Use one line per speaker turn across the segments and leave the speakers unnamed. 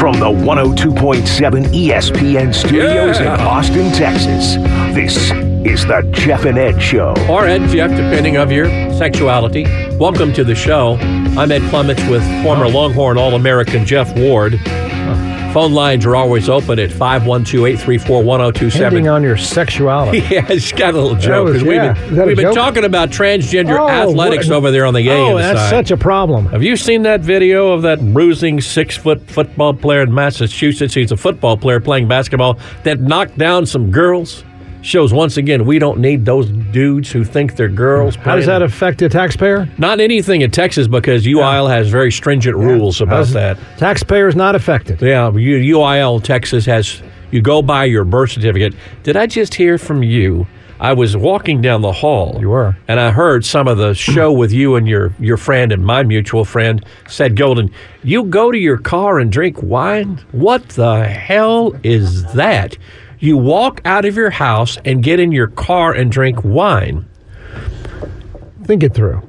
From the 102.7 ESPN studios
Yeah.
in Austin, Texas, this is the Jeff and Ed Show.
Or Ed Jeff, depending of your sexuality. Welcome to the show. I'm Ed Clements with former Longhorn All-American Jeff Ward. Phone lines are always open at 512-834-1027.
Ending on your sexuality.
Yeah, it's got a little joke. 'cause
was-
we've
yeah. Is
been,
that a
we've been
joke?
talking about transgender
Oh,
athletics
what-
over there on the A
oh,
and
that's
side.
such a problem.
Have you seen that video of that bruising six foot football player in Massachusetts? He's a football player playing basketball that knocked down some girls. Shows once again we don't need those dudes who think they're girls.
How does that
playing-
affect the taxpayer?
Not anything in Texas because UIL has very stringent rules about
How's-
that.
Taxpayer's not affected.
Yeah, U- UIL Texas has you go by your birth certificate. Did I just hear from you? I was walking down the hall.
You were.
And I heard some of the show with you and your your friend and my mutual friend said Golden, you go to your car and drink wine? What the hell is that? You walk out of your house and get in your car and drink wine.
Think it through.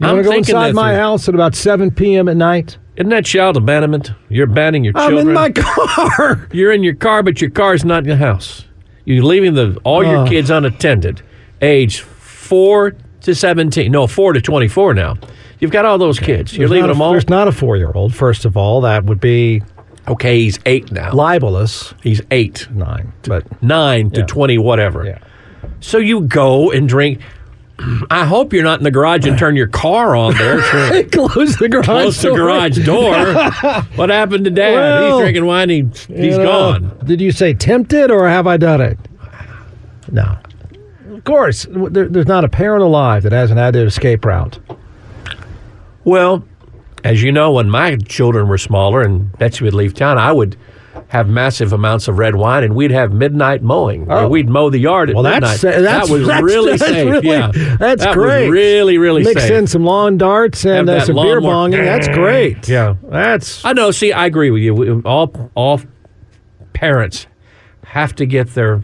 You
I'm
want to go
thinking
inside
that
my
through.
house at about 7 p.m. at night?
Isn't that child abandonment? You're abandoning your children.
I'm in my car.
You're in your car, but your car's not in the house. You're leaving the all your
Oh.
kids unattended, age four to seventeen. No, four to twenty-four now. You've got all those kids. You're
There's
leaving
not a-
them all.
There's not a four year old, first of all. That would be
Okay, he's eight now.
libelous.
He's eight,
Nine. But
nine to
Yeah.
twenty, whatever.
Yeah.
So you go and drink. I hope you're not in the garage and turn your car on there.
close the garage.
Close the
door.
garage door. what happened to Dad?
Well,
he's drinking wine. He,
You
he's
know,
gone.
Did you say tempted or have I done it? No. Of course. There, there's not a parent alive that hasn't had their escape route.
Well, as you know, when my children were smaller and Betsy would leave town, I would have massive amounts of red wine, and we'd have midnight mowing. where
Oh.
we'd mow the yard at
Well,
midnight.
that's, sa- that's
that was
that's,
really
that's
safe.
really-
yeah,
that's
that
great.
Was really, really
Mix
safe.
in some lawn darts and
Have
uh,
that
some beer
lawnmower-
bonging. That's great.
Yeah.
that's
I know. See, I agree with you. We, all all parents have to get their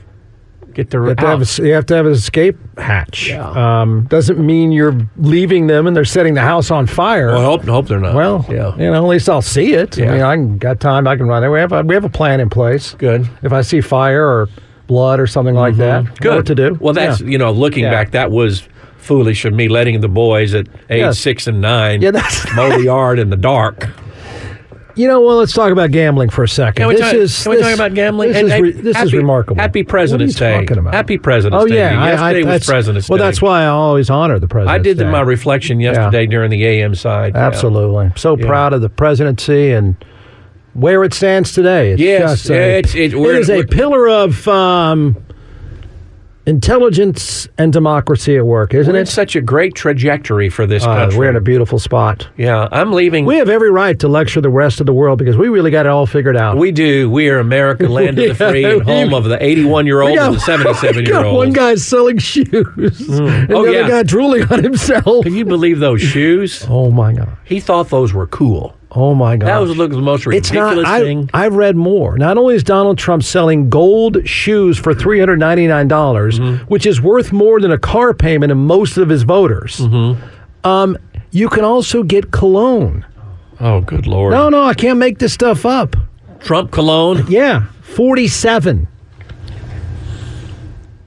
get their
you have, to have
out.
a s- you have to have an escape hatch.
Yeah.
Um, doesn't mean you're leaving them and they're setting the house on fire.
Well, I hope, I hope they're not.
Well,
yeah,
you know, at least I'll see it.
Yeah.
I mean, I can, got time. I can run there. We have a, we have a plan in place.
Good.
If I see fire or blood or something like that, I know
Mm-hmm. good
Mm-hmm. what to do?
Well, that's
yeah.
you know, looking
Yeah.
back, that was foolish of me letting the boys at age
Yes.
six and nine
Yeah, that's-
mow the yard in the dark.
you know. Well, let's talk about gambling for a second.
Can we,
this
talk,
is
can we
this-
talk about gambling?
This,
And-
is,
and
re- this is
happy-
remarkable.
Happy President's
what are you
Day.
Talking about?
Happy President's
oh,
Day.
yeah, I- I-
Yesterday was
that's-
President's
Well,
Day.
that's why I always honor the president.
I did the, my reflection yesterday during the AM side. yeah.
Absolutely. I'm so proud of the presidency and where it stands today. It's
Yes,
just
yeah,
a,
it's- it-
it
we're-
is a
we're-
pillar of um, intelligence and democracy at work, isn't
We're in
it?
such a great trajectory for this
Uh,
country.
we're in a beautiful spot.
yeah, I'm leaving.
We have every right to lecture the rest of the world because we really got it all figured out.
we do. We are America, land of the
Yeah,
free, and
we-
home of the 81 year old
got-
and the 77
we
year
got One
old.
guy selling shoes, and
Oh,
the other
yeah.
guy drooling on himself.
Can you believe those shoes?
Oh my god!
He thought those were cool.
Oh my god!
That was look the most
It's
ridiculous
not. I,
thing.
I've read more. Not only is Donald Trump selling gold shoes for three hundred ninety nine dollars, which is worth more than a car payment to most of his voters. Um, you can also get cologne.
oh, good lord!
No, no, I can't make this stuff up.
Trump cologne.
Yeah, forty-seven.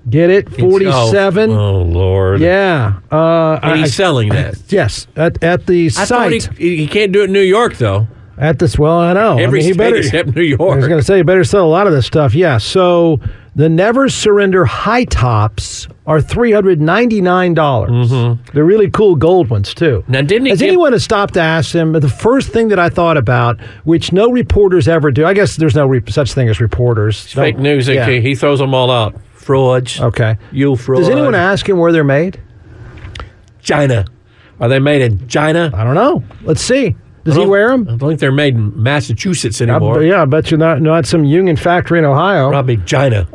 Get it? Forty-seven.
Oh, oh, lord.
Yeah. Uh,
and
I-
he's selling that.
yes, at, at the
I thought he,
site.
he can't do it in New York though.
At this, well, I know. I
Every
mean, he
state
better,
except New
I was
York.
going to say, you better sell a lot of this stuff. Yeah. So The Never Surrender high tops are three hundred ninety nine dollars. They're really cool gold ones too.
Mm-hmm. Now, didn't he
Has
give-
anyone stopped to ask him? The first thing that I thought about, which no reporters ever do, I guess there's no re- such thing as reporters. No-
Fake news.
yeah.
Okay, he throws them all out. Frauds.
Okay.
You fraud.
Does anyone ask him where they're made?
China? Are they made in China?
I don't know. Let's see. Does
I
he
don't-
wear
I
them?
don't think they're made in Massachusetts anymore.
yeah, I bet you're not not some Union factory in Ohio.
Probably China.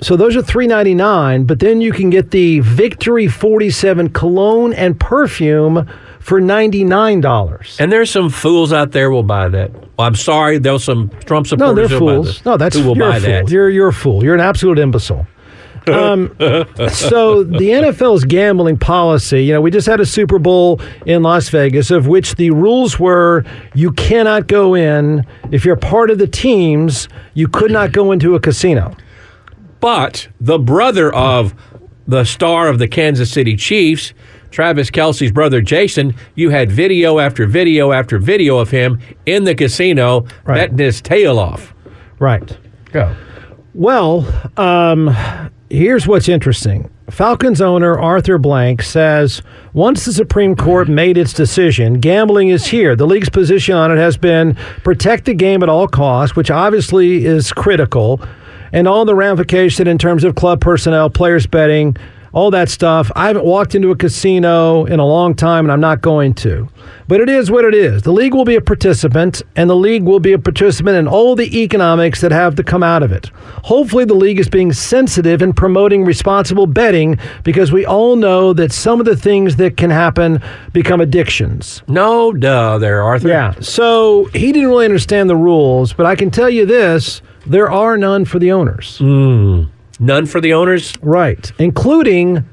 So those are three ninety nine, but then you can get the Victory forty seven cologne and perfume for ninety nine dollars.
and there's some fools out there will buy that. Well, I'm sorry, there's some Trump
No, they're
supporters who'll buy
fools.
that.
No, that's
who will
you're
buy
a fool.
that.
You're you're a fool. You're an absolute imbecile. Um, so the NFL's gambling policy, you know, we just had a Super Bowl in Las Vegas, of which the rules were you cannot go in if you're part of the teams. You could not go into a casino.
But the brother of the star of the Kansas City Chiefs, Travis Kelsey's brother Jason, you had video after video after video of him in the casino
Right.
betting his tail off.
Right.
Go.
Well, um, here's what's interesting. Falcons owner Arthur Blank says once the Supreme Court made its decision, gambling is here. The league's position on it has been protect the game at all costs, which obviously is critical, and all the ramification in terms of club personnel, players betting, all that stuff. I haven't walked into a casino in a long time, and I'm not going to. But it is what it is. The league will be a participant, and the league will be a participant in all the economics that have to come out of it. Hopefully, the league is being sensitive and promoting responsible betting because we all know that some of the things that can happen become addictions.
No, duh, there, Arthur.
Yeah. So he didn't really understand the rules, but I can tell you this there are none for the owners.
None for the owners.
Right, including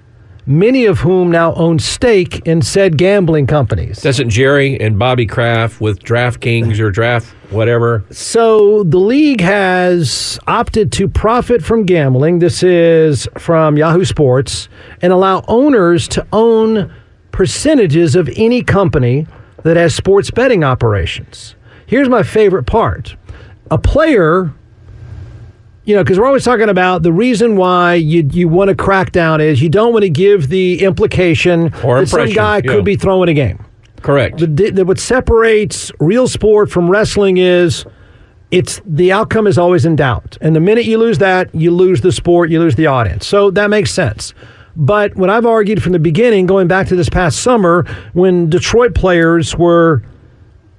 many of whom now own stake in said gambling companies.
Doesn't Jerry and Bobby Kraft with DraftKings or Draft whatever?
So the league has opted to profit from gambling. This is from Yahoo Sports and allow owners to own percentages of any company that has sports betting operations. Here's my favorite part. A player you know, because we're always talking about the reason why you you want to crack down is you don't want to give the implication
Or
that some
impression,
guy
yeah.
could be throwing a game.
Correct.
The, di- that what separates real sport from wrestling is it's the outcome is always in doubt, and the minute you lose that, you lose the sport, you lose the audience. So that makes sense. But what I've argued from the beginning, going back to this past summer when Detroit players were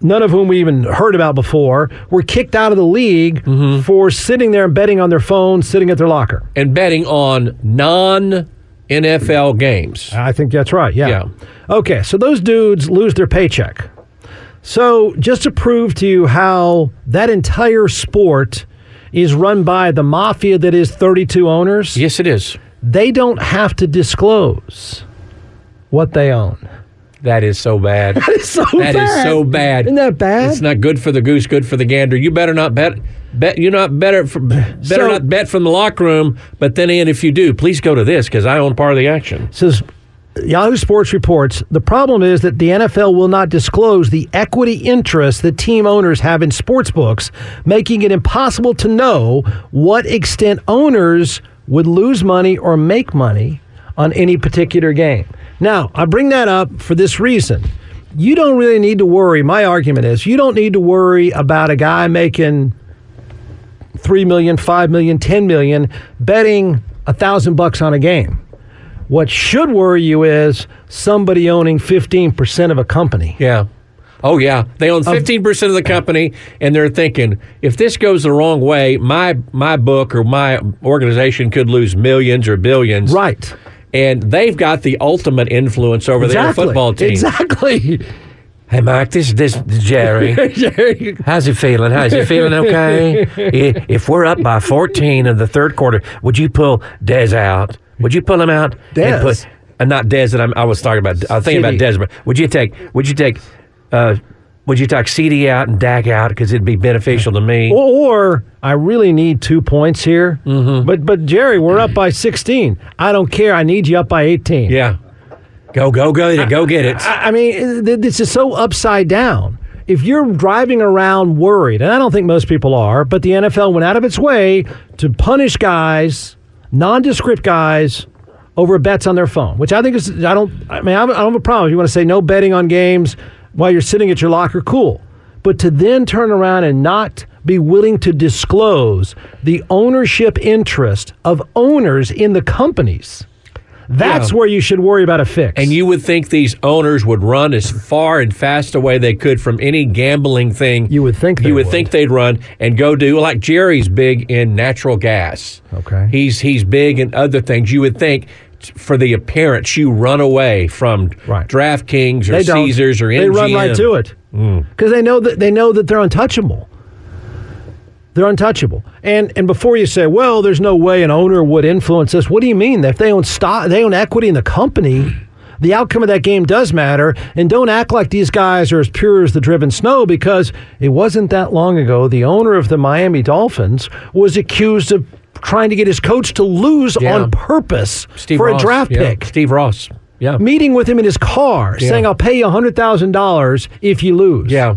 none of whom we even heard about before, were kicked out of the league for sitting there and betting on their phone, sitting at their locker.
and betting on non NFL games.
I think that's right. Yeah.
Yeah.
Okay, so those dudes lose their paycheck. So just to prove to you how that entire sport is run by the mafia that is 32 owners,
Yes, it is.
they don't have to disclose what they own.
That is so bad.
It's so
That is so bad.
Isn't that bad?
It's not good for the goose, good for the gander. You better not bet. Bet you not better for, better
So-
not bet from the locker room. But then, and if you do, please go to this because I own part of the action.
says Yahoo Sports reports the problem is that the NFL will not disclose the equity interest that team owners have in sports books, making it impossible to know what extent owners would lose money or make money on any particular game. Now, I bring that up for this reason. You don't really need to worry. My argument is you don't need to worry about a guy making 3 million, 5 million, 10 million betting a thousand bucks on a game. What should worry you is somebody owning 15% of a company.
Yeah. Oh yeah, they own fifteen percent of the company, and they're thinking if this goes the wrong way, my my book or my organization could lose millions or billions.
Right.
And they've got the ultimate influence over their football team.
Exactly.
Hey, Mike, this this is Jerry. How's it feeling? How's it feeling? Okay. I- if we're up by 14 in the third quarter, would you pull Dez out? Would you pull him out?
Dez?
And put, uh, not Dez that I'm, I was talking about. I was thinking about
CD.
Dez, but would you take? Would you take? Uh, would you take CD out and Dak out because it'd be beneficial to me?
Oh. Or I really need two points here.
Mm-hmm.
But but Jerry, we're up by 16. I don't care. I need you up by 18.
yeah. Go go go! Go get it.
I, I mean, th- this is so upside down. If you're driving around worried, and I don't think most people are, but the NFL went out of its way to punish guys, nondescript guys, over bets on their phone, which I think is, I don't, I mean, I don't I don't have a problem. If you want to say no betting on games while you're sitting at your locker, cool. But to then turn around and not be willing to disclose the ownership interest of owners in the companies, that's
Yeah.
where you should worry about a fix.
And you would think these owners would run as far and fast away they could from any gambling thing.
You would think they
you would,
would.
think they'd run and go do like Jerry's big in natural gas.
Okay.
he's he's big in other things. You would think t- for the appearance you run away from
Right.
DraftKings or
they don't.
Caesars or Hmm.
They
MGM.
run right to it because they know that they know that they're untouchable. They're untouchable. And and before you say, well, there's no way an owner would influence this. What do you mean? If they own stock, they own equity in the company. The outcome of that game does matter, and don't act like these guys are as pure as the driven snow because it wasn't that long ago the owner of the Miami Dolphins was accused of trying to get his coach to lose
Yeah.
on purpose
Steve
for
Ross,
a draft
yeah.
pick
Steve Ross. Yeah.
meeting with him in his car,
Yeah.
saying, "I'll pay you hundred thousand dollars if you lose."
Yeah.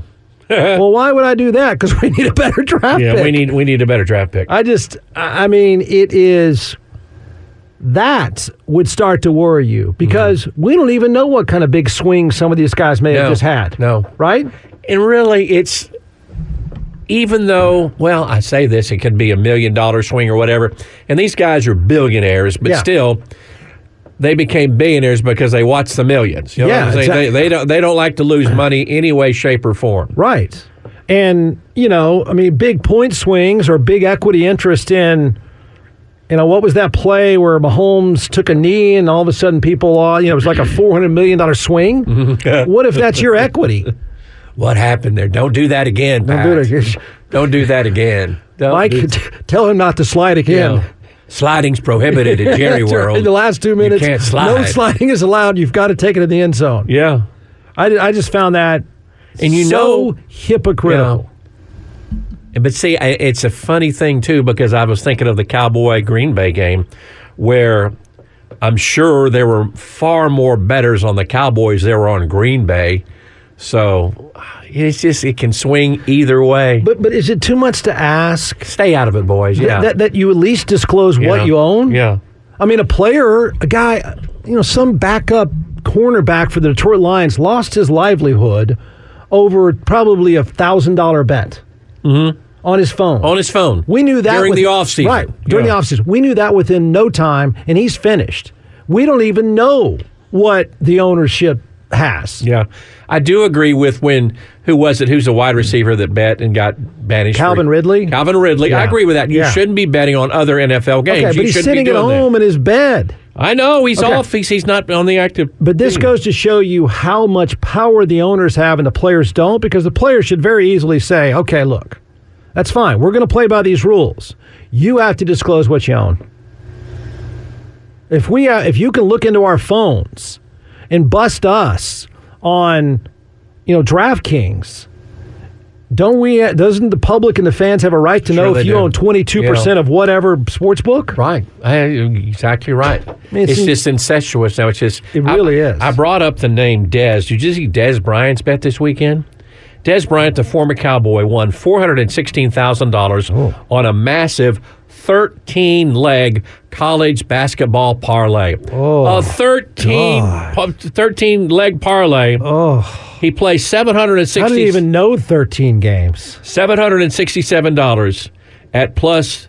Well, why would I do that? Because we need a better draft
Yeah,
pick.
we need we need a better draft pick.
I just, I I mean, it is that would start to worry you because we don't even know what kind of big swing some of these guys may
Mm-hmm. No.
have just had.
No.
right?
And really, it's even though, well, I say this, it could be a million dollar swing or whatever. And these guys are billionaires, but
Yeah.
still, they became billionaires because they watched the millions. You know
Yeah,
what I'm saying?
exactly.
They, they don't they don't like to lose money any way, shape, or form.
Right. And, you know, I mean, big point swings or big equity interest in, you know, what was that play where Mahomes took a knee and all of a sudden people, uh, you know, it was like a $400 million swing?
Mm-hmm.
what if that's your equity?
What happened there? Don't do that again. Don't
do it again.
Don't do that again. Don't
Mike,
do-
t- tell him not to slide again.
Yeah. Sliding's prohibited in Jerry
That's right.
World.
In the last two minutes,
can't slide.
no sliding is allowed. You've got to take it in the end zone.
Yeah.
I, I just found that
And you
so
know-
hypocritical.
And- But see, I- it's a funny thing too because I was thinking of the Cowboy Green Bay game, where I'm sure there were far more betters on the Cowboys there were on Green Bay. So it's just it can swing either way.
But but is it too much to ask
Stay out of it, boys. Yeah,
that, that you at least disclose what
Yeah.
you own?
Yeah,
I mean, a player, a guy, you know, some backup cornerback for the Detroit Lions lost his livelihood over probably a thousand dollar bet
Mm-hmm.
on his phone.
on his phone.
we knew that
during
with-
the offseason.
right? During
Yeah.
the offseason, we knew that within no time, and he's finished. We don't even know what the ownership has.
Yeah, I do agree with when who was it? Who's the wide receiver that bet and got banished?
Calvin
for-
Ridley?
Calvin Ridley. I
Yeah.
agree with that. You
Yeah.
shouldn't be betting on other NFL games. You
Okay, but he's
shouldn't
sitting
be
at
doing that.
home in his bed.
I know he's
Okay.
off. He's, he's not on the active.
But this
Hmm.
goes to show you how much power the owners have and the players don't, because the players should very easily say, okay, look, that's fine. We're going to play by these rules. You have to disclose what you own. If we, uh, if you can look into our phones and bust us on, you know, DraftKings, don't we? uh, Doesn't the public and the fans have a right to
Sure
know
they
if you
do.
own twenty two percent
Yeah.
of whatever sports book?
Right, I, exactly right.
mean,
it's
it's-
just incestuous now. It's just
It
I-
really is.
I brought up the name Dez. Did you see Dez Bryant's bet this weekend? Dez Bryant, the former Cowboy, won four hundred and sixteen thousand dollars
Oh.
on a massive thirteen leg college basketball parlay.
Oh,
a 13, pa- 13 leg parlay. Oh, he placed seven hundred and
I
sixty.
didn't even know thirteen games.
$767 at plus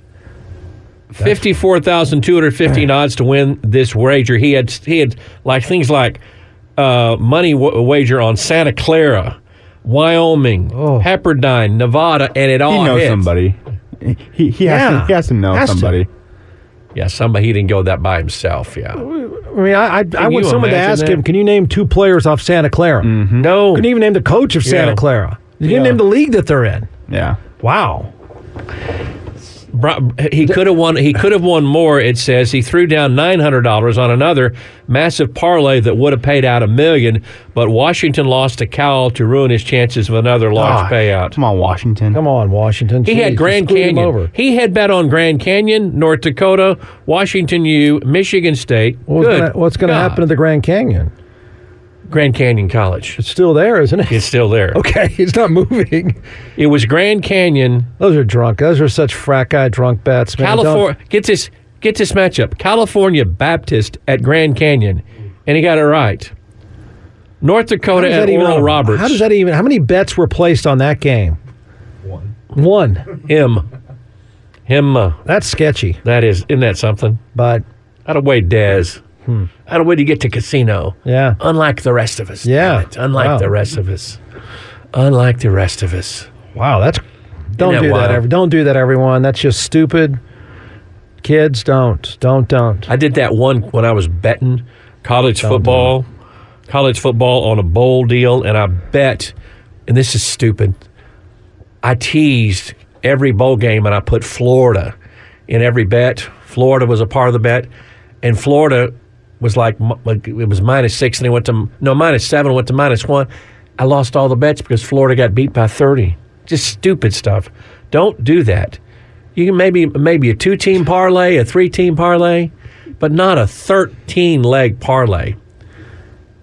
54,215 odds to win this wager. He had he had like things like uh, money w- wager on Santa Clara, Wyoming, Pepperdine, Nevada, and it all
Oh. He knows
hit.
somebody. He, he, has
Yeah.
to, he has to know
Has to.
somebody.
Yeah, somebody he didn't go that by himself.
Oh,
Yeah,
I mean, I, I, I
you
want someone to
imagine
ask
that?
him, can you name two players off Santa Clara?
no,
You can even name the coach of Santa
Yeah.
Clara. You can
Yeah.
name the league that they're in.
Yeah.
Wow.
Bro- he could have won. He could have won more. It says he threw down nine hundred dollars on another massive parlay that would have paid out a million, but Washington lost to Cowell to ruin his chances of another large
Ah,
payout.
Come on, Washington.
Come on, Washington.
He
Jeez,
had Grand
screw them
Canyon.
Over.
He had bet on Grand Canyon, North Dakota, Washington U, Michigan State.
What was
Good
gonna- what's going to
God.
happen to the Grand Canyon?
Grand Canyon College.
It's still there, isn't it?
It's still there.
Okay, it's not moving.
It was Grand Canyon,
Those are drunk. Those are such frat guy drunk bets, man. Don't-
California. Get this, get this matchup: California Baptist at Grand Canyon, and he got it right. North
How
Dakota
does
at
that even-
Oral Roberts.
How does that even? How many bets were placed on that game? One. One.
him? Him. uh,
That's sketchy,
that is. Isn't that something?
but
Out of way, Dez. Hmm. Out of way to get to casino.
yeah.
Unlike the rest of us.
Yeah.
damn it. Unlike
Wow.
the rest of us. Unlike the rest of us.
Wow, that's don't
that
do
wild?
that. Ever, don't do that, everyone. That's just stupid. Kids, don't, don't, don't.
I did that one when I was betting college football, college football on a bowl deal, and I bet, and this is stupid. I teased every bowl game and I put Florida in every bet. Florida was a part of the bet, and Florida was like mu- like, it was minus six, and it went to no minus seven, went to minus one. I lost all the bets because Florida got beat by thirty. Just stupid stuff. Don't do that. You can maybe maybe a two team parlay, a three team parlay, but not a thirteen leg parlay.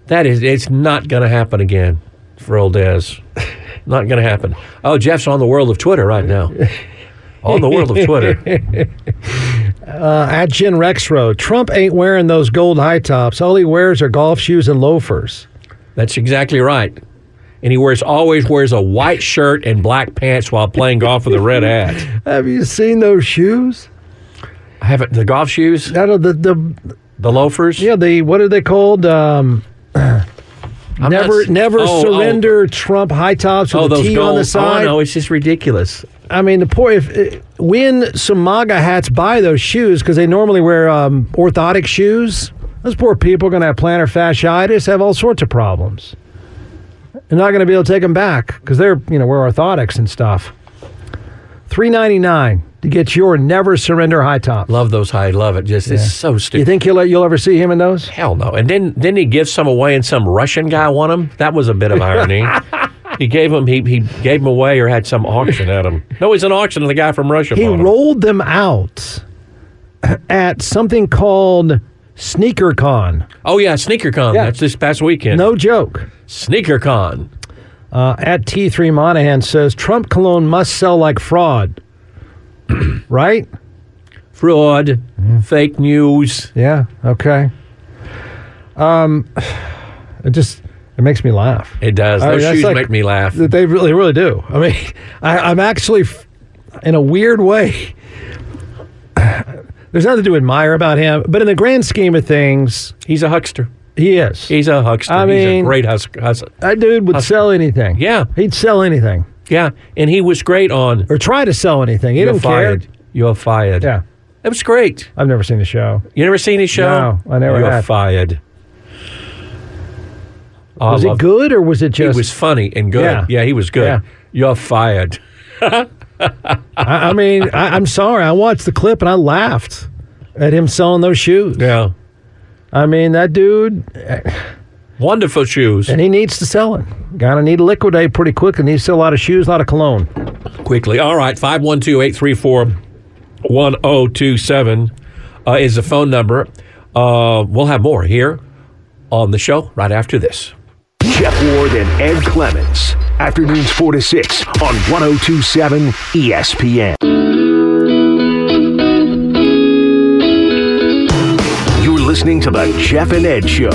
That is, it's not going to happen again for old Dez. Not going to happen. Oh, Jeff's on the world of Twitter right now. on the world of Twitter.
Uh, at Gen Rex Road, Trump ain't wearing those gold high tops. All he wears are golf shoes and loafers.
That's exactly right. And he wears always wears a white shirt and black pants while playing golf with a red hat.
Have you seen those shoes?
I haven't the golf shoes,
Out of the the
the loafers.
yeah the what are they called? Um,
I'm not
never
s-
never
oh, oh.
surrender. Trump high tops with
Oh,
the
those
T
gold.
on the side.
Oh, no, it's just ridiculous.
I mean, the poor. If, eh, when some MAGA hats buy those shoes because they normally wear um, orthotic shoes, those poor people are going to have plantar fasciitis, have all sorts of problems. They're not going to be able to take them back because they're you know we're orthotics and stuff. Three ninety nine to get your never surrender high top.
Love those high. Love it. Just it's so stupid.
You think you'll you'll ever see him in those?
Hell no. And then then he gives some away, and some Russian guy won them. That was a bit of irony. he gave him he he gave him away, or had some auction at him. No, it's an auction, and the guy from Russia.
He
bought 'em.
rolled them out at something called SneakerCon.
Oh yeah, SneakerCon.
Yeah.
That's this past weekend.
No joke.
SneakerCon.
Uh, at T3 Monahan says Trump cologne must sell like fraud. right?
Fraud,
Mm.
fake news.
Yeah. Okay. Um, it just it makes me laugh.
It does.
I mean,
Those
that's
shoes
Oh, like-
make me laugh.
That They really, really do. I mean, I, I'm actually, f- in a weird way, there's nothing to admire about him, but in the grand scheme of things,
He's a huckster.
he is.
He's a huckster.
I
He's a
mean-
great hus- hus-
that dude would sell anything.
Yeah.
He'd sell anything
Yeah, and he was great on.
or try to sell anything. He
You're
didn't
fired.
care.
You're fired.
Yeah.
It was great.
I've never seen the show.
You never seen his show?
No, I never
You're
had.
fired. Oh, I
Was
love-
it good or was it just?
He was funny and good. Yeah,
Yeah.
he was good.
Yeah.
You're fired.
I, I mean, I, I'm sorry. I watched the clip and I laughed at him selling those shoes.
Yeah.
I mean, that dude,
Wonderful shoes.
and he needs to sell it. Gotta need to liquidate pretty quick, and needs to sell a lot of shoes, a lot of cologne.
Quickly. All right. 512 834 1027 is the phone number. Uh, we'll have more here on the show right after this.
Jeff Ward and Ed Clements. Afternoons 4 to 6 on 1027 ESPN. You're listening to The Jeff and Ed Show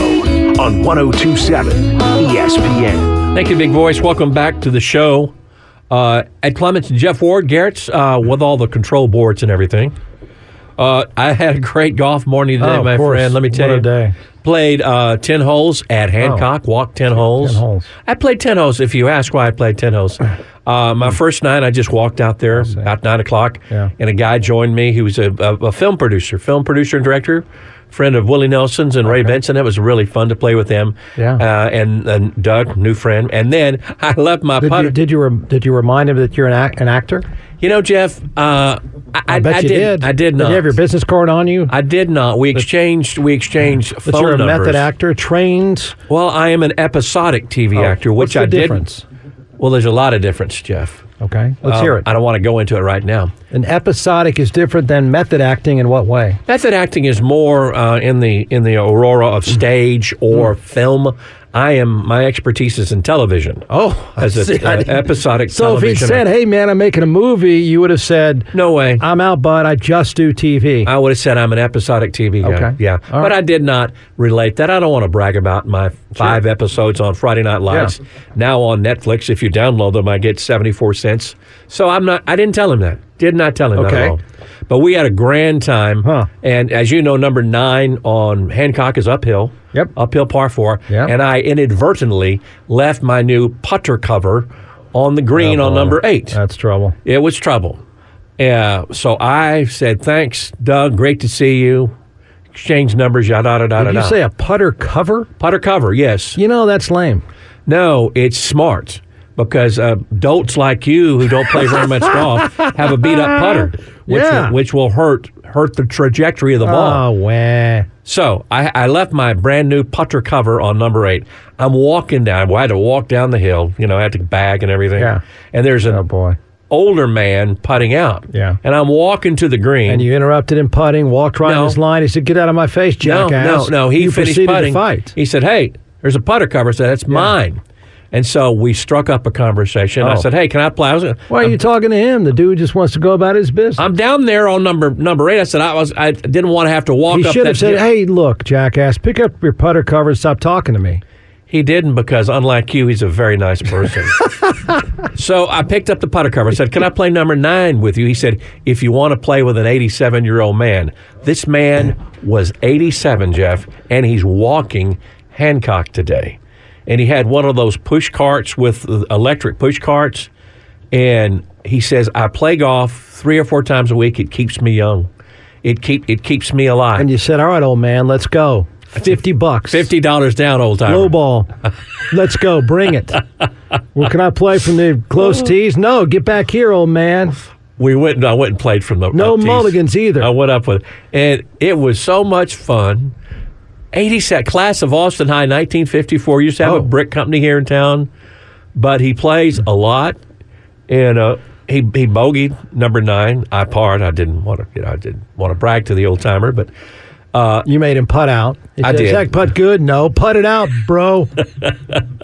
on 1027 E ESPN.
Thank you, Big Voice. Welcome back to the show. Uh, Ed Clements and Jeff Ward, Garrett's uh, with all the control boards and everything. Uh, I had a great golf morning today,
Oh, of
my
course.
friend. Let me tell
What a
you,
day.
played uh, ten holes at Hancock. Walked ten holes.
10 holes.
I played ten holes. If you ask why I played ten holes, uh, my first night I just walked out there about nine o'clock,
Yeah.
and a guy joined me. He was a, a, a film producer, film producer and director, friend of Willie Nelson's and Ray Benson. It was really fun to play with them.
Yeah.
Uh, and, and Doug, new friend, and then I left my
Did
putter.
you did you rem- did you remind him that you're an, ac- an actor?
You know, Jeff, uh, I, I,
I bet
I
you
didn't- I did not.
you have your business card on you?
I did not. We exchanged. We exchanged
that
phone
you're a
numbers.
method actor, trained.
Well, I am an episodic TV actor, which
Oh, What's the
I did.
difference?
Well, there's a lot of difference, Jeff.
Okay, let's
Uh,
hear it.
I don't want to go into it right now.
An episodic is different than method acting in what way? Mm-hmm.
Method acting is more uh, in the in the aurora of stage or film. I am my expertise is in television.
Oh,
as
I see.
a,
I
uh,
didn't-
episodic
So if he
television.
said, "Hey man, I'm making a movie," you would have said,
no way.
I'm out, bud. I just do TV."
I would have said I'm an episodic TV guy.
Okay.
Yeah.
All
but
right.
I did not relate that. I don't want to brag about my five episodes on Friday Night Lights. Now on Netflix, if you download them, I get 74 cents. So I'm not, I didn't tell him that. Did not tell him that
Okay.
at all. But we had a grand time.
Huh.
And as you know, number nine on Hancock is uphill.
Yep.
Uphill par four.
Yep.
And I inadvertently left my new putter cover on the green on number eight.
That's trouble.
It was trouble. Uh, so I said, thanks, Doug. Great to see you. Exchange numbers, yada, yada, yada.
Did you
yada.
say a putter cover?
putter cover? Yes.
You know that's lame.
No, it's smart because uh, dolts like you who don't play very much golf have a beat up putter, which,
Yeah.
will, which will hurt hurt the trajectory of the ball.
Oh, wah.
So I, I left my brand new putter cover on number eight. I'm walking down. Well, I had to walk down the hill. You know, I had to bag and everything.
Yeah.
And there's an
Oh boy.
older man putting out.
Yeah.
And I'm walking to the green.
And you interrupted him putting, walked right
No.
in his line. He said, "Get out of my face,
no,
jackass!"
no, no. He
you
finished
proceeded
putting.
to fight.
He said, "Hey, there's a putter cover." I said, "That's mine." And so we struck up a conversation. I
Oh.
said, "Hey, can I play?" I was,
Why are you talking to him? The dude just wants to go about his business.
I'm down there on number number eight. I said, "I was. I didn't want to have to walk
he
up."
should
that
have said,
hill."
"Hey, look, jackass, pick up your putter cover and stop talking to me."
He didn't because, unlike you, he's a very nice person. so I picked up the putter cover. I said, Can I play number nine with you? He said, If you want to play with an 87 year old man. This man was 87, Jeff, and he's walking Hancock today. And he had one of those push carts with uh, electric push carts. And he says, I play golf three or four times a week. It keeps me young. It keep it keeps me alive.
And you said, "All right, old man, let's go." Fifty bucks.
Fifty dollars down, old timer.
Low ball. Let's go. Bring it. Well, can I play from the close tees? No, get back here, old man.
We went. and I went and played from the
No
up tees.
mulligans either.
I went up with, and it was so much fun. Eighty set class of Austin High, nineteen fifty four. Used to have a
Oh.
brick company here in town, but he plays a lot, and uh, he he bogeyed number nine. I parred. I didn't want to. You know, I didn't want to brag to the old timer, but
You made him putt out. He
I
said,
did.
Is that putt good? No. Putt it out, bro. All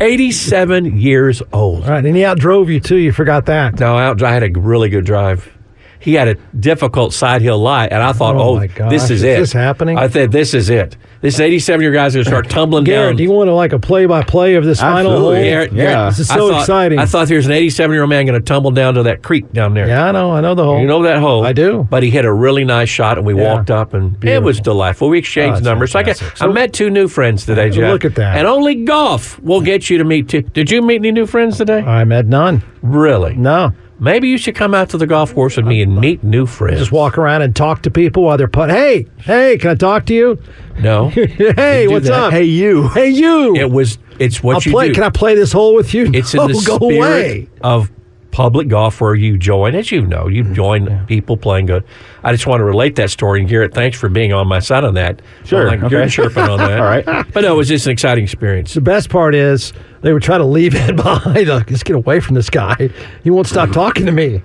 eighty seven years old.
right. And he outdrove you, too. You forgot that.
No, out. I had a really good drive. He had a difficult side hill lie, and I thought,
Oh,
"Oh,
my gosh.
this is,
Is
it.
this happening?
I said, "This is it. This eighty-seven-year guy's going to start tumbling
Garrett,
down."
do you want to like a play by play of this final hole?
Absolutely.
Garrett,
Yeah.
Garrett,
This is
I
so
thought-
exciting.
I thought here's an eighty-seven-year-old man going to tumble down to that creek down there.
Yeah, I know. I know the hole.
You know that hole.
I do.
But he hit a really nice shot, and we
Yeah.
walked up, and it was
Beautiful. Oh,
delightful. We exchanged
that's
numbers. So I, got,
fantastic.
I met two new friends today, Jeff.
look at that.
And only golf will get you to meet two. Did you meet any new friends today?
I met none.
really?
Uh, No.
Maybe you should come out to the golf course with me and meet new friends.
Just walk around and talk to people while they're putt. Hey, hey, can I talk to you?
No,
hey,
Do
what's
that.
up?
Hey, you.
Hey, you.
it was. It's what
I'll
you
play.
do.
Can I play this hole with you?
it's in
no,
the
Oh, go
spirit
away.
of public golf where you join, as you know,
Mm-hmm.
you join people playing good. I just want to relate that story. And Garrett, thanks for being on my side on that.
Sure,
I'm like, you're
okay.
chirping on that.
All right.
but no, it was just an exciting experience.
The best part is they would try to leave it behind. Like, just get away from this guy. He won't stop talking to me.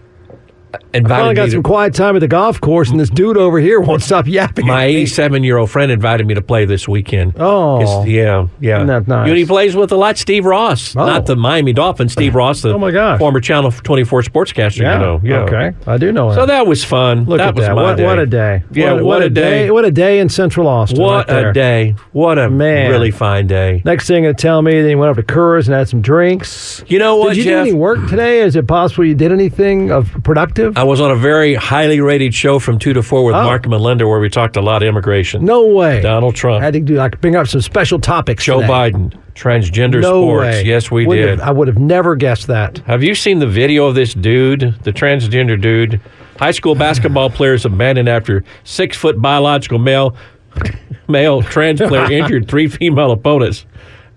Finally
Invited
got
me to,
some quiet time at the golf course, and this dude over here won't stop yapping.
my
at me.
87 year old friend invited me to play this weekend.
Oh.
It's- yeah, yeah.
Isn't that nice?
You know, he plays with a lot. Steve Ross,
Oh.
not the Miami Dolphins. Steve Ross, the
Oh, my gosh.
former Channel 24 sportscaster.
yeah.
You know, yeah.
Okay, I do know him.
So that was fun.
Look
that
at
was
that.
my
What,
day.
what a day.
Yeah,
what, what a day. What a day in Central Austin.
What
right there.
a day. What a
Man.
really fine day.
Next thing they tell me, then you went up to Coors and had some drinks.
You know what,
Did you
Jeff?
do any work today? Is it possible you did anything of productive?
I was on a very highly rated show from 2 to 4 with
Oh.
Mark Melinda where we talked a lot of immigration.
no way.
Donald Trump,
had to do like bring up some special topics.
Joe
today.
Biden, transgender
No
sports.
way.
Yes, we
Wouldn't
did.
Have, I would have never guessed that.
Have you seen the video of this dude, the transgender dude? High school basketball players abandoned after six foot biological male male trans player injured three female opponents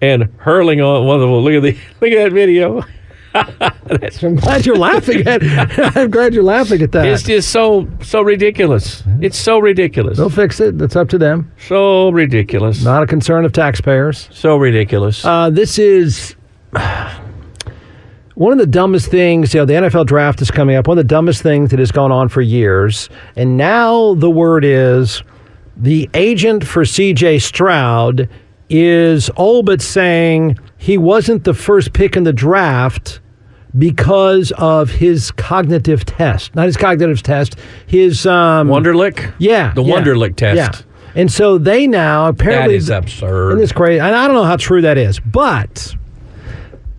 and hurling on one of them. Look at the look at that video.
I'm glad you're laughing at. I'm glad you're laughing at that.
It's just so so ridiculous. It's so ridiculous.
They'll fix it. That's up to them.
So ridiculous.
Not a concern of taxpayers.
so ridiculous.
Uh, this is one of the dumbest things. You know, the NFL draft is coming up. One of the dumbest things that has gone on for years, and now the word is the agent for C.J. Stroud is all but saying he wasn't the first pick in the draft because of his cognitive test, not his cognitive test, his um,
Wonderlick?
yeah,
The
yeah,
Wonderlick test.
Yeah. And so they now apparently
That is absurd.
and it's crazy. And I don't know how true that is, but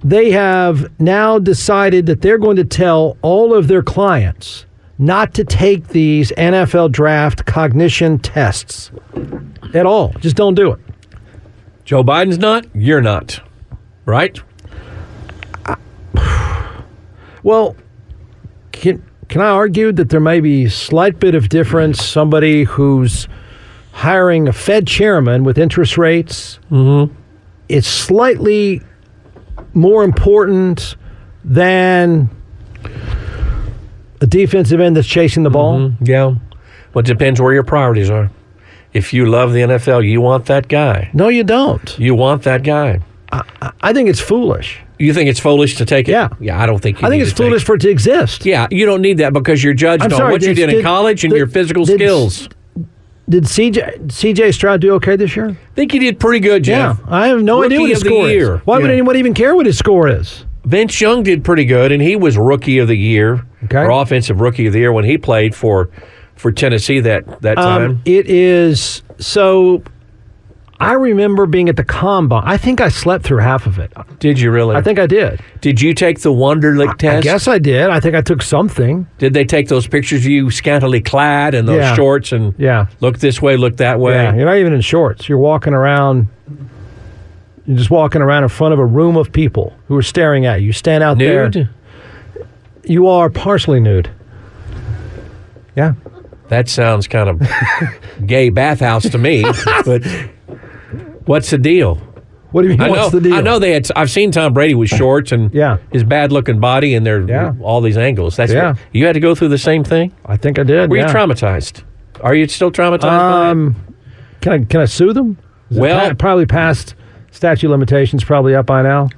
they have now decided that they're going to tell all of their clients not to take these NFL draft cognition tests at all. Just don't do it.
Joe Biden's not, you're not. Right?
Well, can can I argue that there may be slight bit of difference? Somebody who's hiring a Fed chairman with interest rates, mm-hmm. it's slightly more important than a defensive end that's chasing the ball.
Yeah. Well, it depends where your priorities are. If you love the NFL, you want that guy.
No, you don't.
You want that guy.
I think it's foolish.
You think it's foolish to take it?
Yeah.
Yeah, I don't think you
I think
need
it's
to take
foolish for it to exist.
it. Yeah, you don't need that because you're judged
I'm
on
sorry,
what you
did-
did in
did-
college and
did-
your physical
did-
skills.
Did CJ CJ Stroud do okay this year?
I think he did pretty good, Jeff.
I have no idea
Rookie
what his
of the
score
year.
is. Why would
Yeah.
anyone even care what his score is?
Vince Young did pretty good, and he was Rookie of the Year
Okay.
or Offensive Rookie of the Year when he played for for Tennessee that that time.
Um, it is so. I remember being at the combine. I think I slept through half of it.
did you really?
I think I did.
Did you take the Wonderlick test?
I guess I did. I think I took something.
Did they take those pictures of you scantily clad and those
Yeah.
shorts and
Yeah.
look this way, look that way?
Yeah, you're not even in shorts. You're walking around. You're just walking around in front of a room of people who are staring at you. You stand out
Nude?
there. You are partially nude. Yeah.
That sounds kind of gay bathhouse to me. but what's the deal?
What do you mean?
I
what's
know,
the deal?
I know they had. I've seen Tom Brady with shorts and
Yeah.
his bad looking body and their
Yeah.
all these angles. That's
Yeah.
what- you had to go through the same thing.
I think I did.
Were
yeah.
you traumatized? Are you still traumatized? by it?
Um, can I can I sue them? Is it
Well-
pa- probably past statute limitations. Probably up by now.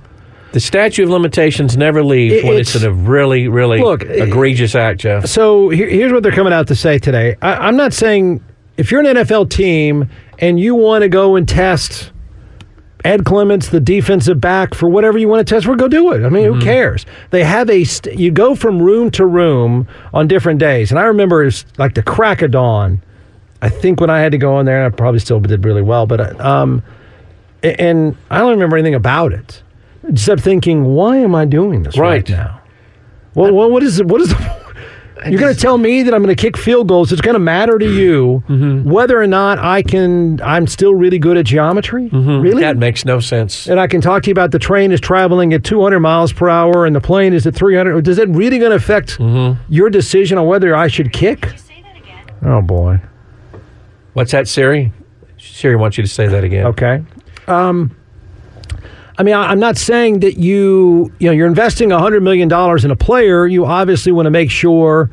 the statute of limitations never leaves
It-
when it's,
it's-
in a really, really
Look, it-
egregious act, Jeff.
So here, here's what they're coming out to say today. I, I'm not saying if you're an NFL team and you want to go and test Ed Clements, the defensive back, for whatever you want to test, well, go do it. I mean, who cares? They have a st- you go from room to room on different days, and I remember it was like the crack of dawn. I think when I had to go in there, and I probably still did really well, but uh, um, a- and I don't remember anything about it except thinking, why am I doing this right,
Right.
now? Well, well, what is it? What is the you're going to tell me that I'm going to kick field goals. It's going to matter to you whether or not I can. I'm still really good at geometry. Really?
That makes no sense.
and I can talk to you about the train is traveling at 200 miles per hour and the plane is at 300. Does that really going to affect your decision on whether I should kick?
Say that again.
Oh boy.
What's that, Siri? Siri wants you to say that again.
Okay. Um, I mean, I, I'm not saying that you, you know, you're investing $100 million in a player. You obviously want to make sure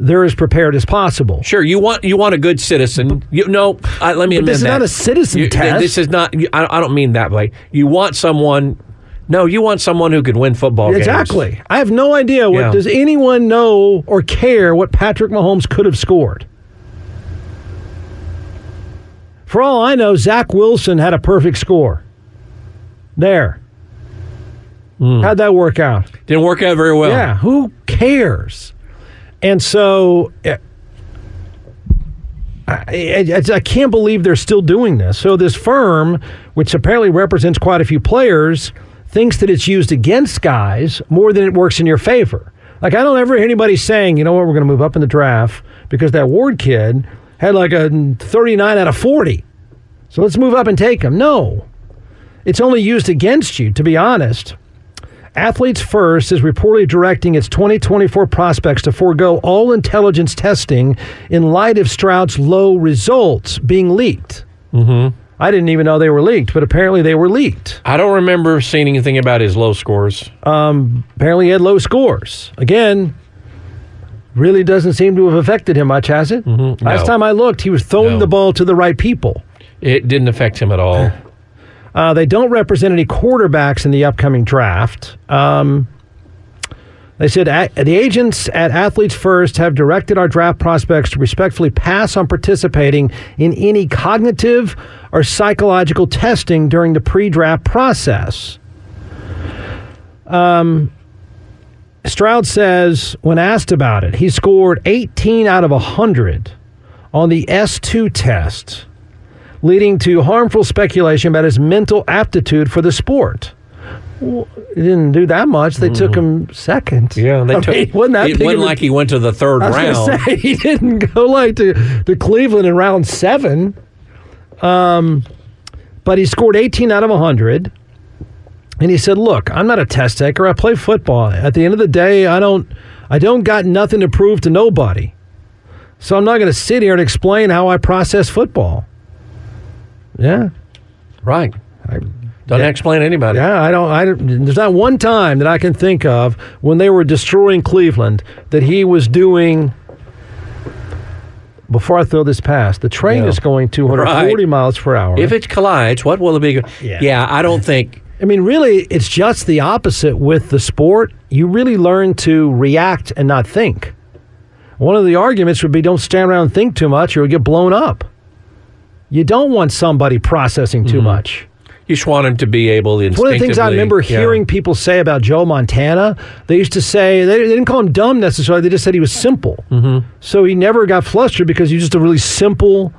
they're as prepared as possible.
Sure, you want you want a good citizen. You no, I, let me
But
amend
this is
that.
not a citizen
You- th-
test.
This is not. you- I, I don't mean that way. You want someone. No, you want someone who can win football games.
Exactly. I have no idea. What
Yeah.
does anyone know or care what Patrick Mahomes could have scored? For all I know, Zach Wilson had a perfect score. There.
Hmm.
How'd that work out?
Didn't work out very well.
Yeah, who cares? And so eh, I, I, I can't believe they're still doing this. So this firm, which apparently represents quite a few players, thinks that it's used against guys more than it works in your favor. Like I don't ever hear anybody saying, you know what, we're going to move up in the draft because that Ward kid had like a 39 out of 40. So let's move up and take him. No. It's only used against you, to be honest. Athletes First is reportedly directing its 2024 prospects to forego all intelligence testing in light of Stroud's low results being leaked. Mm-hmm. I didn't even know they were leaked, but apparently they were leaked.
I don't remember seeing anything about his low scores.
Apparently he had low scores. Again, really doesn't seem to have affected him much, has it? Mm-hmm. Last
No.
time I looked, he was throwing
No.
the ball to the right people.
It didn't affect him at all.
Uh, they don't represent any quarterbacks in the upcoming draft. Um, They said "A- the agents at Athletes First have directed our draft prospects to respectfully pass on participating in any cognitive or psychological testing during the pre-draft process. Stroud says, when asked about it, he scored 18 out of 100 on the S2 test, leading to harmful speculation about his mental aptitude for the sport. Well, he didn't do that much. They took him second.
Mm-hmm. Yeah, they
I
took.
mean, wasn't that
it
big
wasn't
of a-
like he went to the third
I was gonna
round.
say, he didn't go like to, to Cleveland in round seven. Um, but he scored 18 out of 100. And he said, "Look, I'm not a test taker. I play football. At the end of the day, I don't I don't got nothing to prove to nobody. So I'm not going to sit here and explain how I process football." Yeah.
Right. Doesn't explain anybody.
Yeah, I don't. I don't- there's not one time that I can think of when they were destroying Cleveland that he was doing. Before I throw this pass, the train
Yeah.
is going 240
Right.
miles per hour.
If it collides, what will it be?
Yeah.
I don't think.
I mean, really, it's just the opposite with the sport. You really learn to react and not think. One of the arguments would be don't stand around and think too much or you'll get blown up. You don't want somebody processing
Mm-hmm.
too much.
You just want him to be able to
One of the things I
instinctively-
remember
yeah.
hearing people say about Joe Montana, they used to say, they, they didn't call him dumb necessarily, they just said he was simple. Mm-hmm. So he never got flustered because he's just a really simple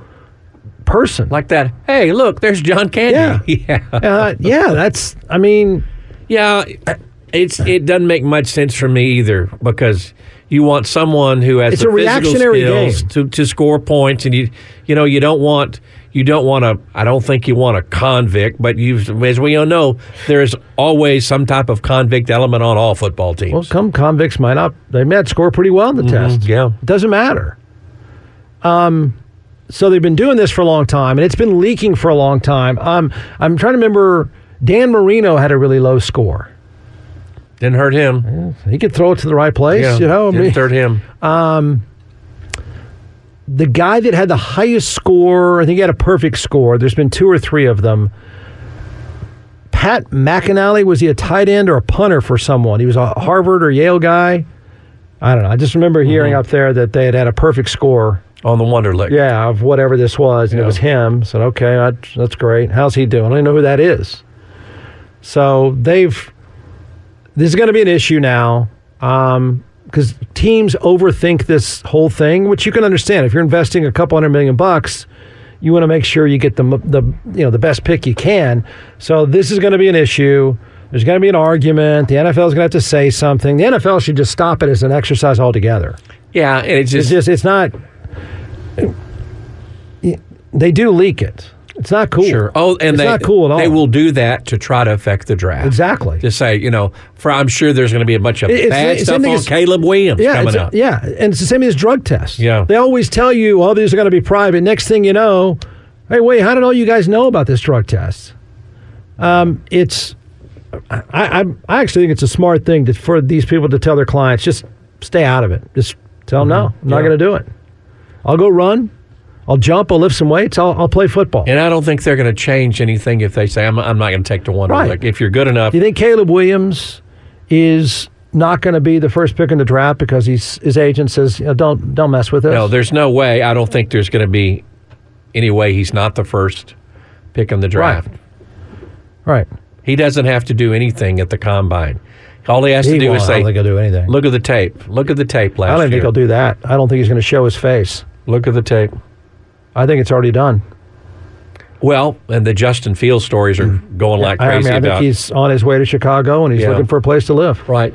person.
Like that, hey, look, there's John Candy. Yeah. Yeah.
uh, yeah, that's, I mean,
it's, it doesn't make much sense for me either because you want someone who has
It's
the
a
physical
reactionary
skills To,
game.
to score points. And you, you know, you don't want, you don't want a, I don't think you want a convict, but you, as we all know, there's always some type of convict element on all football teams.
Well, some convicts might not. They might score pretty well in the test.
Mm-hmm. yeah.
It doesn't matter. Um, so they've been doing this for a long time, and it's been leaking for a long time. Um, I'm trying to remember. Dan Marino had a really low score.
Didn't hurt him.
He could throw it to the right place. You know, I
didn't
mean,
hurt him.
the guy that had the highest score, I think he had a perfect score. There's been two or three of them. Pat McAnally, was he a tight end or a punter for someone? He was a Harvard or Yale guy. I don't know. I just remember hearing up there that they had had a perfect score.
on the Wonderlic.
Yeah, of whatever this was, and it
Yeah.
was him. Said, okay, that- that's great. How's he doing? I don't even know who that is. So they've. This is going to be an issue now, because teams overthink this whole thing, which you can understand. If you're investing a couple hundred million bucks, you want to make sure you get the m- the you know the best pick you can. So this is going to be an issue. There's going to be an argument. The NFL is going to have to say something. The NFL should just stop it as an exercise altogether.
Yeah, and it's
It's
just,
just it's not. They do leak it. It's not cool.
sure. Oh, and
it's
they
not cool at all.
they will do that to try to affect the draft.
exactly.
Just say, you know, for I'm sure there's going to be a bunch of
It- it's-
bad
it's
stuff
something
on
that's-
Caleb Williams
yeah,
coming
it's-
up.
yeah, and it's the same as drug tests.
Yeah.
they always tell you, "Oh, these are going to be private." Next thing you know, hey, wait, how did all you guys know about this drug test? Um, it's, I, I, I actually think it's a smart thing to, for these people to tell their clients, just stay out of it. Just tell them, no, I'm not
Mm-hmm. Yeah.
going to do it. I'll go run, I'll jump, I'll lift some weights, I'll, I'll play football.
And I don't think they're going to change anything if they say I'm, I'm not going to take the Wonderlic.
Right.
If you're good enough,
Do you think Caleb Williams is not going to be the first pick in the draft because he's, his agent says, you know, "Don't don't mess with us"?
no, there's no way. I don't think there's going to be any way he's not the first pick in the draft.
right.
He doesn't have to do anything at the combine. All he has to do
won't.
is
I don't think
say,
he'll do anything.
"Look at the tape. Look at the tape
I
last
don't think
year.
he'll do that. I don't think he's going to show his face.
Look at the tape."
I think it's already done.
Well, and the Justin Fields stories are going like
Mm. I, I
crazy
mean, I think
about.
he's on his way to Chicago and he's
Yeah.
looking for a place to live.
right.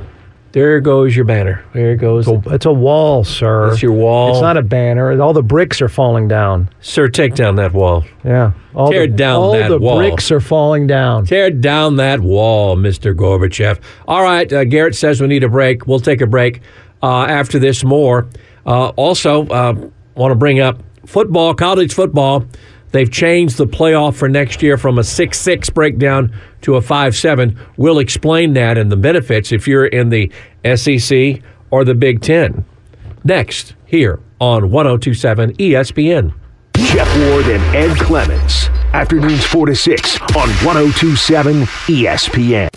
There goes your banner. There goes.
It's a, it's a wall, sir.
It's your wall.
It's not a banner. All the bricks are falling down.
Sir, take down that wall.
Yeah, all
Tear
the,
down
all
that
the
wall.
bricks are falling down.
Tear down that wall, Mr. Gorbachev. All right, uh, Garrett says we need a break. We'll take a break. Uh, after this, more. Uh, also, uh, want to bring up football, college football. They've changed the playoff for next year from a 6 6 breakdown to a 5 7. We'll explain that and the benefits if you're in the SEC or the Big Ten. Next, here on 1027 ESPN.
Jeff Ward and Ed Clements. Afternoons 4 to 6 on E 1027 ESPN.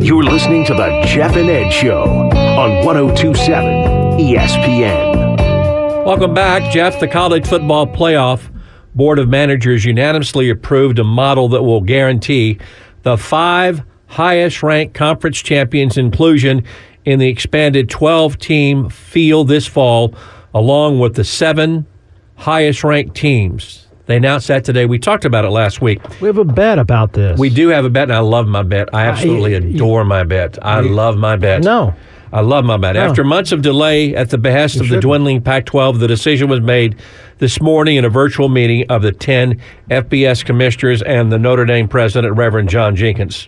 You're listening to the Jeff and Ed Show on 1027 ESPN.
Welcome back, Jeff. The College Football Playoff Board of Managers unanimously approved a model that will guarantee the five highest ranked conference champions inclusion in the expanded 12 team field this fall, along with the seven highest ranked teams. They announced that today. We talked about it last week.
We have a bet about this.
We do have a bet, and I love my bet. I absolutely adore my bet. I love my bet.
No.
I love my bet. After months of delay at the behest of the dwindling Pac 12, the decision was made this morning in a virtual meeting of the 10 FBS commissioners and the Notre Dame president, Reverend John Jenkins.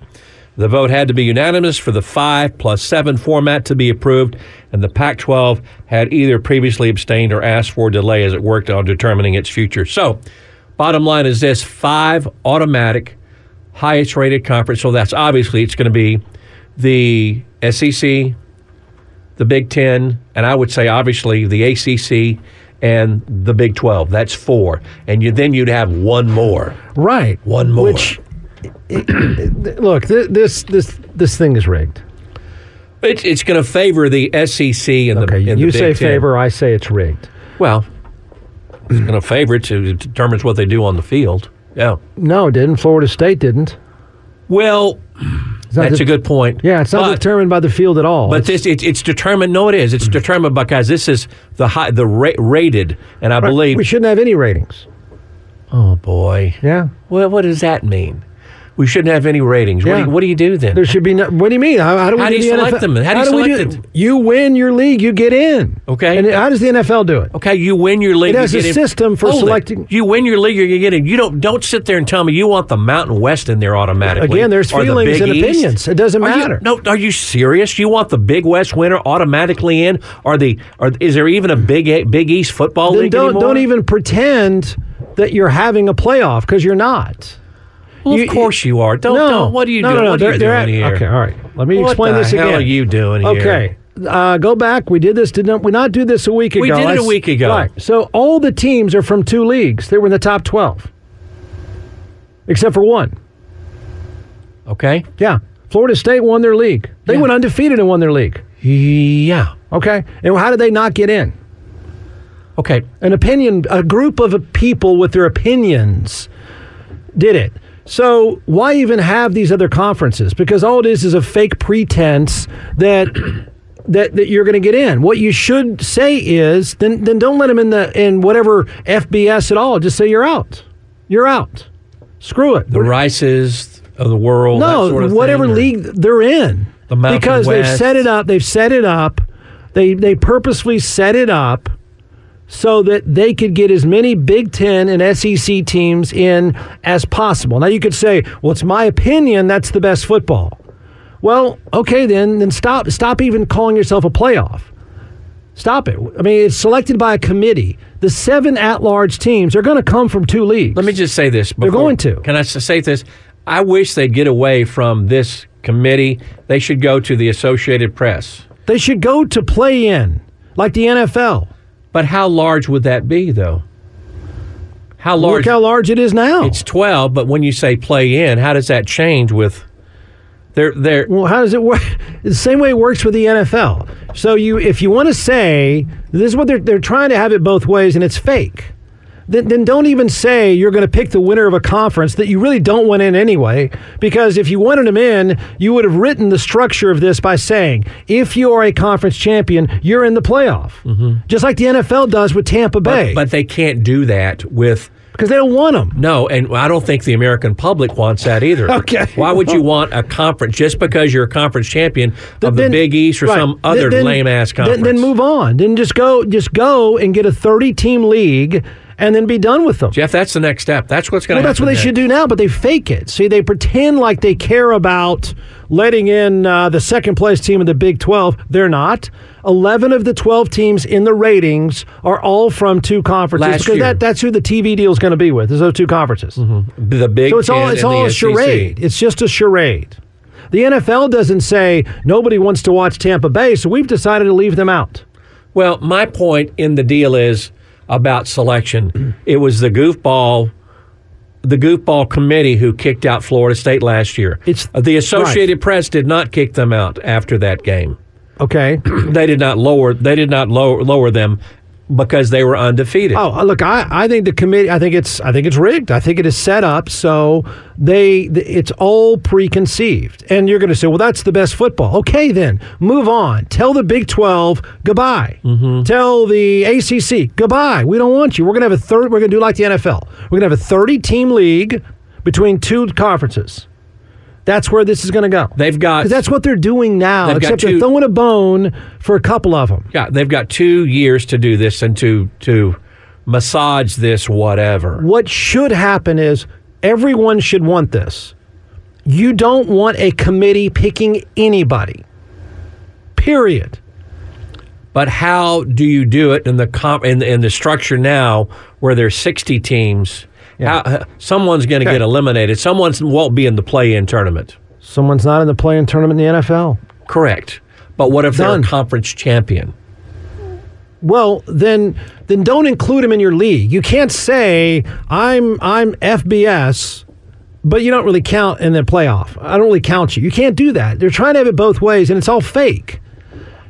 The vote had to be unanimous for the 5 plus 7 format to be approved, and the Pac 12 had either previously abstained or asked for delay as it worked on determining its future. So, bottom line is this five automatic highest rated conference. So that's obviously it's going to be the E SEC, the Big Ten, and I would say obviously the ACC and the Big Twelve. That's four, and you then you'd have one more.
right.
One more.
Which, look, th- this this this thing is rigged.
It's it's going to favor the SEC and the
Okay,
and the
you
Big
say
Ten.
favor, I say it's rigged.
Well, it's going to favor it to it determines what they do on the field. Yeah.
No, it didn't. Florida State didn't.
Well,
It's not
that's
de-
a good point.
Yeah, it's not
But-
determined by the field at all.
But this, it, it's determined. No, it is. It's determined because this is the high, the ra- rated, and I believe.
we shouldn't have any ratings.
oh boy.
Yeah,
Well, what does that mean? We shouldn't have any ratings. What,
Yeah.
do you, what do you do then?
there should be no. What do you mean? How, do we
How do
do
you
the
select
NFL?
them? How do you
we
select
do-
it?
You win your league, you get in.
Okay.
And how does the NFL do it?
okay, you win your league.
It has
you
a
get in-
system for
Hold it.
selecting-
You win your league, you get in. You don't don't sit there and tell me you want the Mountain West in there automatically.
Again, there's
or the
feelings
Big
and
East.
opinions. It doesn't
Are you-
matter.
no, are you serious? You want the Big West winner automatically in? Or the? Or is there even a Big A- Big East football
Then
league
don't
anymore?
don't even pretend that you're having a playoff because you're not.
Well,
you-
of course you are. Don't.
no,
don't. What are you
no,
doing?
No, no,
what are
they're,
you
they're
doing
at-
here?
Okay, all right. Let me
What
explain
the
this
hell
again.
are you doing here?
Okay. Uh, go back. We did this. Did not we not do this a week ago?
We did
I
it a
s-
week ago.
Right. So all the teams are from two leagues. They were in the top twelve, except for one.
Okay.
Yeah, Florida State won their league. They went undefeated and won their league.
Yeah.
Okay. And how did they not get in?
Okay.
An opinion, a group of people with their opinions, did it. So why even have these other conferences? Because all it is is a fake pretense that. That, that you're going to get in. What you should say is then then don't let them in the in whatever FBS at all. Just say you're out. You're out. Screw it.
The Rices of the world.
No,
that sort of
whatever
thing, or-
league they're in,
The Mountain
because they've
West.
set it up. They've set it up. They they purposely set it up so that they could get as many Big Ten and SEC teams in as possible. Now you could say, "Well, it's my opinion. That's the best football." Well, okay then. Then stop stop even calling yourself a playoff. Stop it. I mean, it's selected by a committee. The seven at-large teams are going to come from two leagues.
Let me just say this. Before,
going to.
Can I s- say this? I wish they'd get away from this committee. They should go to the Associated Press.
They should go to play in like the NFL.
But how large would that be, though? How large?
Look how large it is now.
it's twelve. But when you say play in, how does that change with? They're they're
well, how does it work? The same way it works with the NFL. So you, if you want to say this is what they're they're trying to have it both ways, and it's fake. Then, then don't even say you're going to pick the winner of a conference that you really don't want in anyway, because if you wanted them in, you would have written the structure of this by saying, if you are a conference champion, you're in the playoff, just like the NFL does with Tampa Bay,
Mm-hmm. but, but they can't do that with
because they don't want them.
No, and I don't think the American public wants that either.
Okay.
Why would you want a conference just because you're a conference champion of the Big East or
right.
some
Then-
other
then-
lame ass
then-
conference?
Then, move on. Then just go, just go and get a thirty-team league, and then be done with them.
Jeff, that's the next step. That's what's going
well,
to.
that's what they should do now, but they fake it. See, they pretend like they care about letting in uh, the second place team of the Big Twelve. They're not. Eleven of the twelve teams in the ratings are all from two conferences
Last
because
year. Mm-hmm.
that, that's who the TV deal is going to be with. Is those two conferences.
do. The Big
So it's all
Ten
it's
and
all
the E
a
SEC.
charade. It's just a charade. The NFL doesn't say nobody wants to watch Tampa Bay, so we've decided to leave them out.
Well, my point in the deal is about selection. it was the goofball the goofball committee who kicked out Florida State last year.
It's-
Uh, the Associated Press did not kick them out after that game.
Okay.
They did not lower. They did not lower, lower them because they were undefeated.
Oh, look, I, I think the committee. I think it's I think it's rigged. I think it is set up so they th- it's all preconceived. And you're going to say, well, that's the best football. Okay, then move on. Tell the Big Twelve goodbye.
Mm-hmm.
Tell the ACC goodbye. We don't want you. We're going to have a third. We're going to do like the NFL. We're going to have a 30 team league between two conferences. That's where this is going to go.
They've got-
'Cause that's what they're doing now.
They've got
Except
two-
they're throwing a bone for a couple of them.
Yeah, they've got two years to do this and to to massage this whatever.
what should happen is everyone should want this. You don't want a committee picking anybody. Period.
But how do you do it in the comp in the, in the structure now where there's 60 teams? How, uh, someone's going to get eliminated. Someone won't be in the play-in tournament.
Someone's not in the playing tournament in the NFL.
Correct. But what if
Done.
they're a conference champion?
Well, then then don't include him in your league. You can't say I'm I'm FBS, but you don't really count in the playoff. I don't really count you. You can't do that. They're trying to have it both ways, and it's all fake.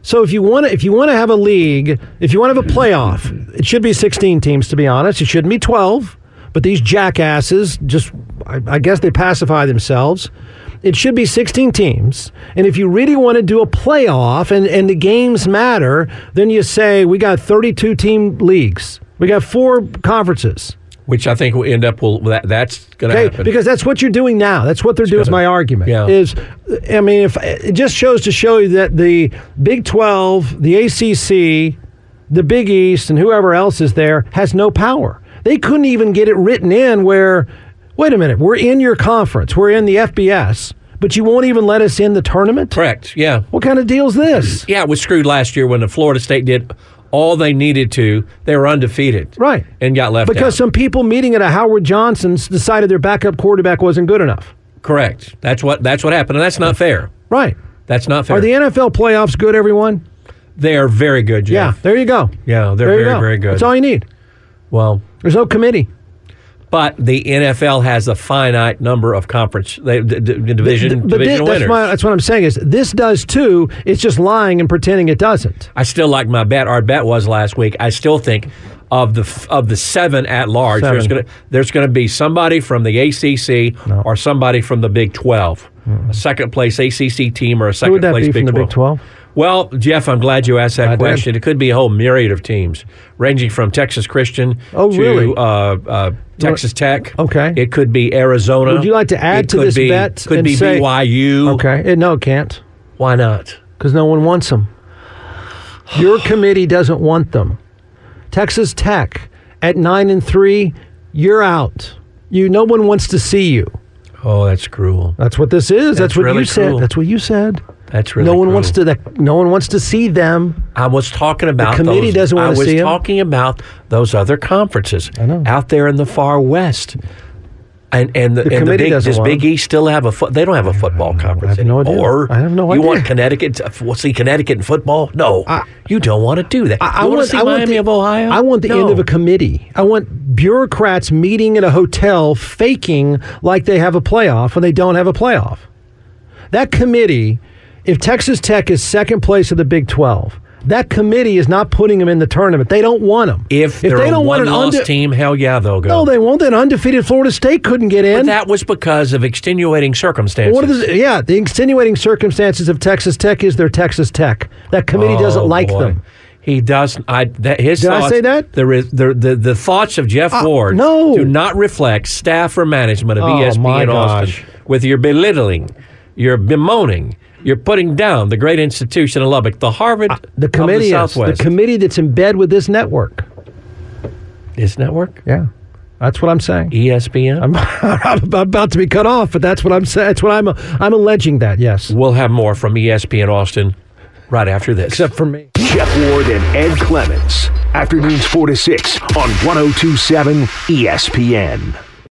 So if you want to, if you want to have a league, if you want to have a playoff, it should be 16 teams. To be honest, it shouldn't be 12. But these jackasses just, I, I guess they pacify themselves. It should be 16 teams. And if you really want to do a playoff and, and the games matter, then you say we got 32 team leagues. We got four conferences.
Which I think will end up will that, that's going to
Okay,
happen.
because that's what you're doing now. That's what they're doing. Is
gonna-
my argument
yeah.
is, I mean, if it just shows to show you that the Big Twelve, the ACC, the Big East, and whoever else is there has no power. They couldn't even get it written in where, wait a minute, we're in your conference, we're in the FBS, but you won't even let us in the tournament.
correct. Yeah.
What kind of deal is this?
Yeah, it was screwed last year when the Florida State did all they needed to. They were undefeated.
Right.
And got left
Because
out.
some people meeting at a Howard Johnson's decided their backup quarterback wasn't good enough.
Correct. That's what that's what happened and that's not fair.
Right.
That's not fair.
Are the NFL playoffs good, everyone?
they are very good,
Yeah,
Jeff.
there you go.
Yeah, they're
There you
very,
go.
very good.
That's all you need.
Well,
There's no committee.
but the NFL has a finite number of conference they, d- d- division
Th- thi-
division
that's,
winners.
my, uh, that's what I'm saying is this does too. It's just lying and pretending it doesn't.
I still like my bet. Our bet was last week. I still think of the f- of the seven at large. There's
Seven.
gonna there's gonna be somebody from the ACC or somebody from the Big 12 a second place ACC team or a second
would that
place
be
Big
from
12.
the Big 12?
Well, Jeff, I'm glad you asked that
did.
question. It could be a whole myriad of teams, ranging from Texas Christian
Oh,
to
really?
uh, uh, Texas Tech.
Okay.
It could be Arizona.
Would you like to add
It
to
could
this
be,
bet
Could
and
be
say-
BYU.
Okay. Eh, no, it can't
Why not?
because no one wants them. Your committee doesn't want them. Texas Tech at nine and three, you're out. You no one wants to see you.
Oh, that's cruel.
That's what this is. That's,
That's
what
really
you said.
cruel.
That's what you said.
That's really
no one
cruel.
wants to. That, no one wants to see them.
I was talking about
committee
those,
doesn't
I
wanna
was
see 'em.
talking about those other conferences
know.
out there in the far west, and and the, and the
committee
big,
doesn't
does
want 'em.
Big East still have a foot? They don't have a football conference
have no idea.
anymore.
I have no
You want
idea.
Connecticut? To, well, see Connecticut in football? No, you don't want to do that.
I, I
you wanna
want,
see
I want
Miami
the,
of Ohio.
I want the
No.
end of a committee. I want bureaucrats meeting at a hotel faking like they have a playoff when they don't have a playoff. That committee, if Texas Tech is second place of the Big 12, that committee is not putting them in the tournament. They don't want them.
If, they're
they
a
don't want an
one-loss
unde-
team, hell yeah, they'll go.
no, they won't. Then undefeated Florida State couldn't get in.
but that was because of extenuating circumstances.
What are the, yeah, the extenuating circumstances of Texas Tech is they're Texas Tech. That committee doesn't
Oh,
like
boy.
them.
He doesn't. I that, his.
Did I
thoughts,
say that? Uh,
There is the the, the thoughts of Jeff Ward.
no.
do not reflect staff or management of E
Oh, my
ESPN
gosh.
Austin. With your belittling, your bemoaning, you're putting down the great institution in Lubbock, the Harvard,
Uh, The committee
of the
is the
Southwest,
committee that's in bed with this network.
his network, E
Yeah, that's what I'm saying.
ESPN.
I'm, I'm about to be cut off, but that's what I'm saying. That's what I'm. I'm alleging that. Yes,
we'll have more from E ESPN Austin right after this.
except for me.
Jeff Ward and Ed oh E Clements. Afternoons 4 to 6 on 1027 ESPN.